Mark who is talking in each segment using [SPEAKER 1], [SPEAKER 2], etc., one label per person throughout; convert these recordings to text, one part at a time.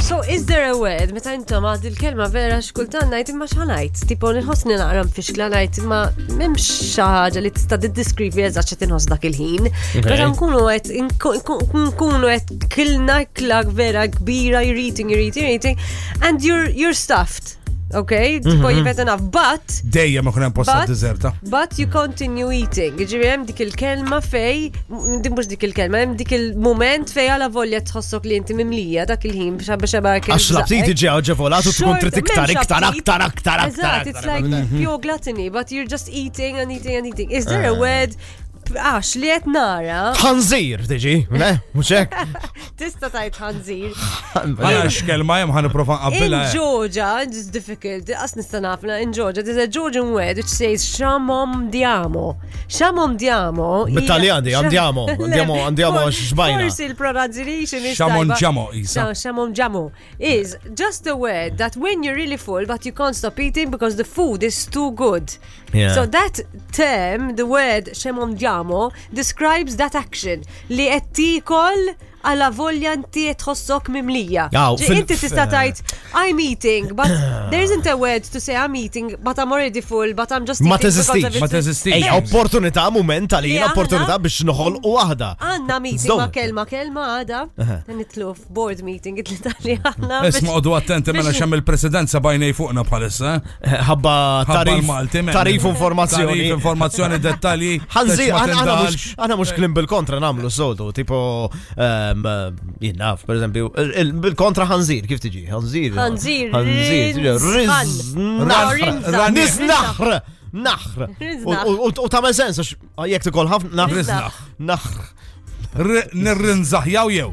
[SPEAKER 1] So, is there a word? Meta intom għad il-kelma vera xkultan najt imma xanajt. Tipo, nħosni naqram fixkla najt imma memx xaħġa li tista diskrivi eżaċ qed inħoss dak il-ħin. Meta nkunu qed nkunu qed kilna klak vera kbira jiriting, jiriting, jiriting, and you're you're stuffed. Okay, tipo jibet enough, but
[SPEAKER 2] Dejja ma kunem posta
[SPEAKER 1] But-
[SPEAKER 2] deserta.
[SPEAKER 1] But you continue eating. Ġivi hemm dik il-kelma fej, din mhux dik il-kelma, hemm dik il-moment fej għala volja tħossok li inti mimlija dak il-ħin biex għabba xeba kelma.
[SPEAKER 3] Għax l-abtit iġi għagġevolat u tkun trid iktar, iktar, iktar, iktar,
[SPEAKER 1] Eżatt, it's
[SPEAKER 3] iktar.
[SPEAKER 1] like pure gluttony, but you're just eating and eating and eating. Is there a word? Għax li qed nara,
[SPEAKER 3] Ħanżir tiġi, ne? Muxek?
[SPEAKER 1] tista tajt ħanżir.
[SPEAKER 2] Ma nafx kelma jem Mela, ħan prova
[SPEAKER 1] In
[SPEAKER 2] qabbila.
[SPEAKER 1] Georgia, it's difficult, as nista nafna, in Georgia, there's a Georgian word which says shamom diamo. Shamom diamo. hija-
[SPEAKER 3] Bit-Taljani, andiamo, andiamo, andiamo għax xbajna.
[SPEAKER 1] Of course, il pronunciation is
[SPEAKER 2] Shamom
[SPEAKER 1] tajba.
[SPEAKER 2] ġamo, Isa.
[SPEAKER 1] No, shamom jamo is just a word that when you're really full but you can't stop eating because the food is too good.
[SPEAKER 3] Yeah.
[SPEAKER 1] So that term, the word shamom jamo, describes that action. Li qed tikol għala volja inti qed tħossok mimlija.
[SPEAKER 3] Aw,
[SPEAKER 1] Ġi
[SPEAKER 3] fil-
[SPEAKER 1] Inti tista' tajt I'm eating, but there isn't a word to say I'm eating, but I'm already full, but I'm just
[SPEAKER 3] Ma
[SPEAKER 1] eating because of
[SPEAKER 3] teżistix,
[SPEAKER 1] it.
[SPEAKER 2] Ma teżistix.
[SPEAKER 3] Ej, opportunità, moment
[SPEAKER 1] Li
[SPEAKER 3] għalina,
[SPEAKER 1] aħna-
[SPEAKER 3] opportunità biex noħol u għahda.
[SPEAKER 1] Għanna meeting
[SPEAKER 3] Zdawn.
[SPEAKER 1] ma' kelma, kelma għada. Nitlu f'board meeting it-li għanna.
[SPEAKER 2] Isma għoddu attenti mela
[SPEAKER 1] biex-
[SPEAKER 2] xem il-presidenza bajnej fuqna bħalissa. eh?
[SPEAKER 3] Ħabba
[SPEAKER 2] Ħabba
[SPEAKER 3] Eh, tarif,
[SPEAKER 2] l-Malti, men.
[SPEAKER 3] tarif informazzjoni.
[SPEAKER 2] Tarif informazzjoni dettali.
[SPEAKER 3] Ħanżir, għana mux,
[SPEAKER 2] għana
[SPEAKER 3] għana mux klim bil-kontra namlu soltu, tipo, ehm, jinnaf, per eżempju, il- bil-kontra ħanżir, kif tiġi? Ħanżir.
[SPEAKER 1] Ħanżir,
[SPEAKER 3] Ħanżir,
[SPEAKER 1] rinzan.
[SPEAKER 3] riznaħr.
[SPEAKER 1] Rinzan.
[SPEAKER 3] Nisnaħr. Naħr. U- u- u- U tamel sens, għax jek tikol ħafna
[SPEAKER 2] Riznaħ.
[SPEAKER 3] naħr. Naħr.
[SPEAKER 2] Nirrinżaħ jaw jew.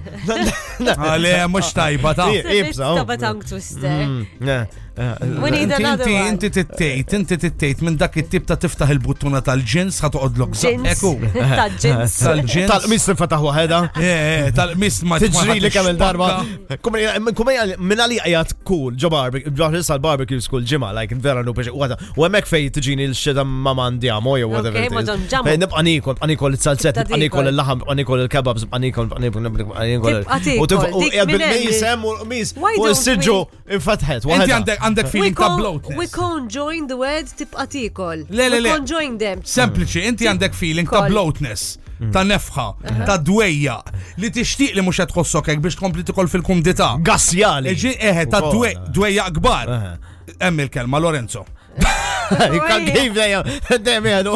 [SPEAKER 2] Għale, mux tajba ta'
[SPEAKER 3] Ie. Ibsa, oh.
[SPEAKER 1] Stop a tongue
[SPEAKER 2] Mm.
[SPEAKER 1] twister.
[SPEAKER 3] Ne, eh,
[SPEAKER 1] We need
[SPEAKER 2] Inti-
[SPEAKER 1] another
[SPEAKER 2] inti-
[SPEAKER 1] one.
[SPEAKER 2] Inti tittejt, inti tittejt minn dak it-tip ta' tiftaħ il-buttuna tal-ġins ħatoqod l-ok.
[SPEAKER 1] Ġins. Ta' ġins.
[SPEAKER 2] Tal-ġins.
[SPEAKER 3] Tal-mis nifataħ waħeda.
[SPEAKER 2] Eh, eh, Tal-mis ma
[SPEAKER 3] Tiġri li kemm darba.
[SPEAKER 2] ma-
[SPEAKER 3] Kumej minn għali għajat cool, ġo barbecue, ġo issa l-barbecue school ġimma, like vera nu biex għada. U għemek fej tiġini l-xedam ma mandiamo, jew whatever.
[SPEAKER 1] Okay,
[SPEAKER 3] it
[SPEAKER 1] ma
[SPEAKER 3] is.
[SPEAKER 1] ġam- ġamu.
[SPEAKER 3] Fej Nibqa nikol, nibqa nikol il-salzet,
[SPEAKER 1] Tibqa
[SPEAKER 3] nibqa nikol
[SPEAKER 1] tikol.
[SPEAKER 3] il-laħam, nibqa nikol il-kebabs, nibqa nikol, nibqa nikol, nibqa nikol.
[SPEAKER 1] Tibqa
[SPEAKER 3] U tifqa
[SPEAKER 1] tikol,
[SPEAKER 3] u
[SPEAKER 1] dik
[SPEAKER 3] jgħabbil
[SPEAKER 1] minn hemm li-
[SPEAKER 3] misem u mis.
[SPEAKER 1] Why
[SPEAKER 3] U
[SPEAKER 1] don't
[SPEAKER 3] s-sidġu infatħet.
[SPEAKER 2] Inti
[SPEAKER 3] waħedha.
[SPEAKER 2] għandek għandek
[SPEAKER 1] We
[SPEAKER 2] feeling ta'
[SPEAKER 1] can't, we
[SPEAKER 2] bloatness.
[SPEAKER 1] can't join the word tibqa tikol.
[SPEAKER 2] Le, le,
[SPEAKER 1] We
[SPEAKER 2] le.
[SPEAKER 1] can't join them.
[SPEAKER 2] Sempliċi, inti għandek feeling ta'
[SPEAKER 1] Koll.
[SPEAKER 2] bloatness,
[SPEAKER 3] Mm.
[SPEAKER 2] ta' nefħa,
[SPEAKER 1] Uh-huh.
[SPEAKER 2] ta' dwejja, li tixtieq li mhux qed tħossok hekk biex tkompli tikol fil-kumdità.
[SPEAKER 3] Gassjali.
[SPEAKER 2] Eġi, eħe, ta'
[SPEAKER 3] U
[SPEAKER 2] dwe-
[SPEAKER 3] kolla.
[SPEAKER 2] dwejja kbar.
[SPEAKER 3] Aha.
[SPEAKER 2] Hemm il-kelma Lorenzo.
[SPEAKER 3] Kan kif dejjem, dejjem jgħidu.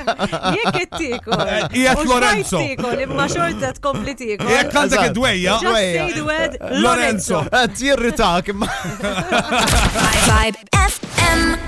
[SPEAKER 1] Jek tikol.
[SPEAKER 2] Jgħid Eh, Lorenzo.
[SPEAKER 1] tikol, imma xorta tkompli tikol.
[SPEAKER 2] E Jekk għandek
[SPEAKER 3] Eżatt.
[SPEAKER 2] id-dwejja,
[SPEAKER 1] Just say the word Lorenzo.
[SPEAKER 2] Lorenzo.
[SPEAKER 3] Tirritak imma.
[SPEAKER 4] Vibe FM.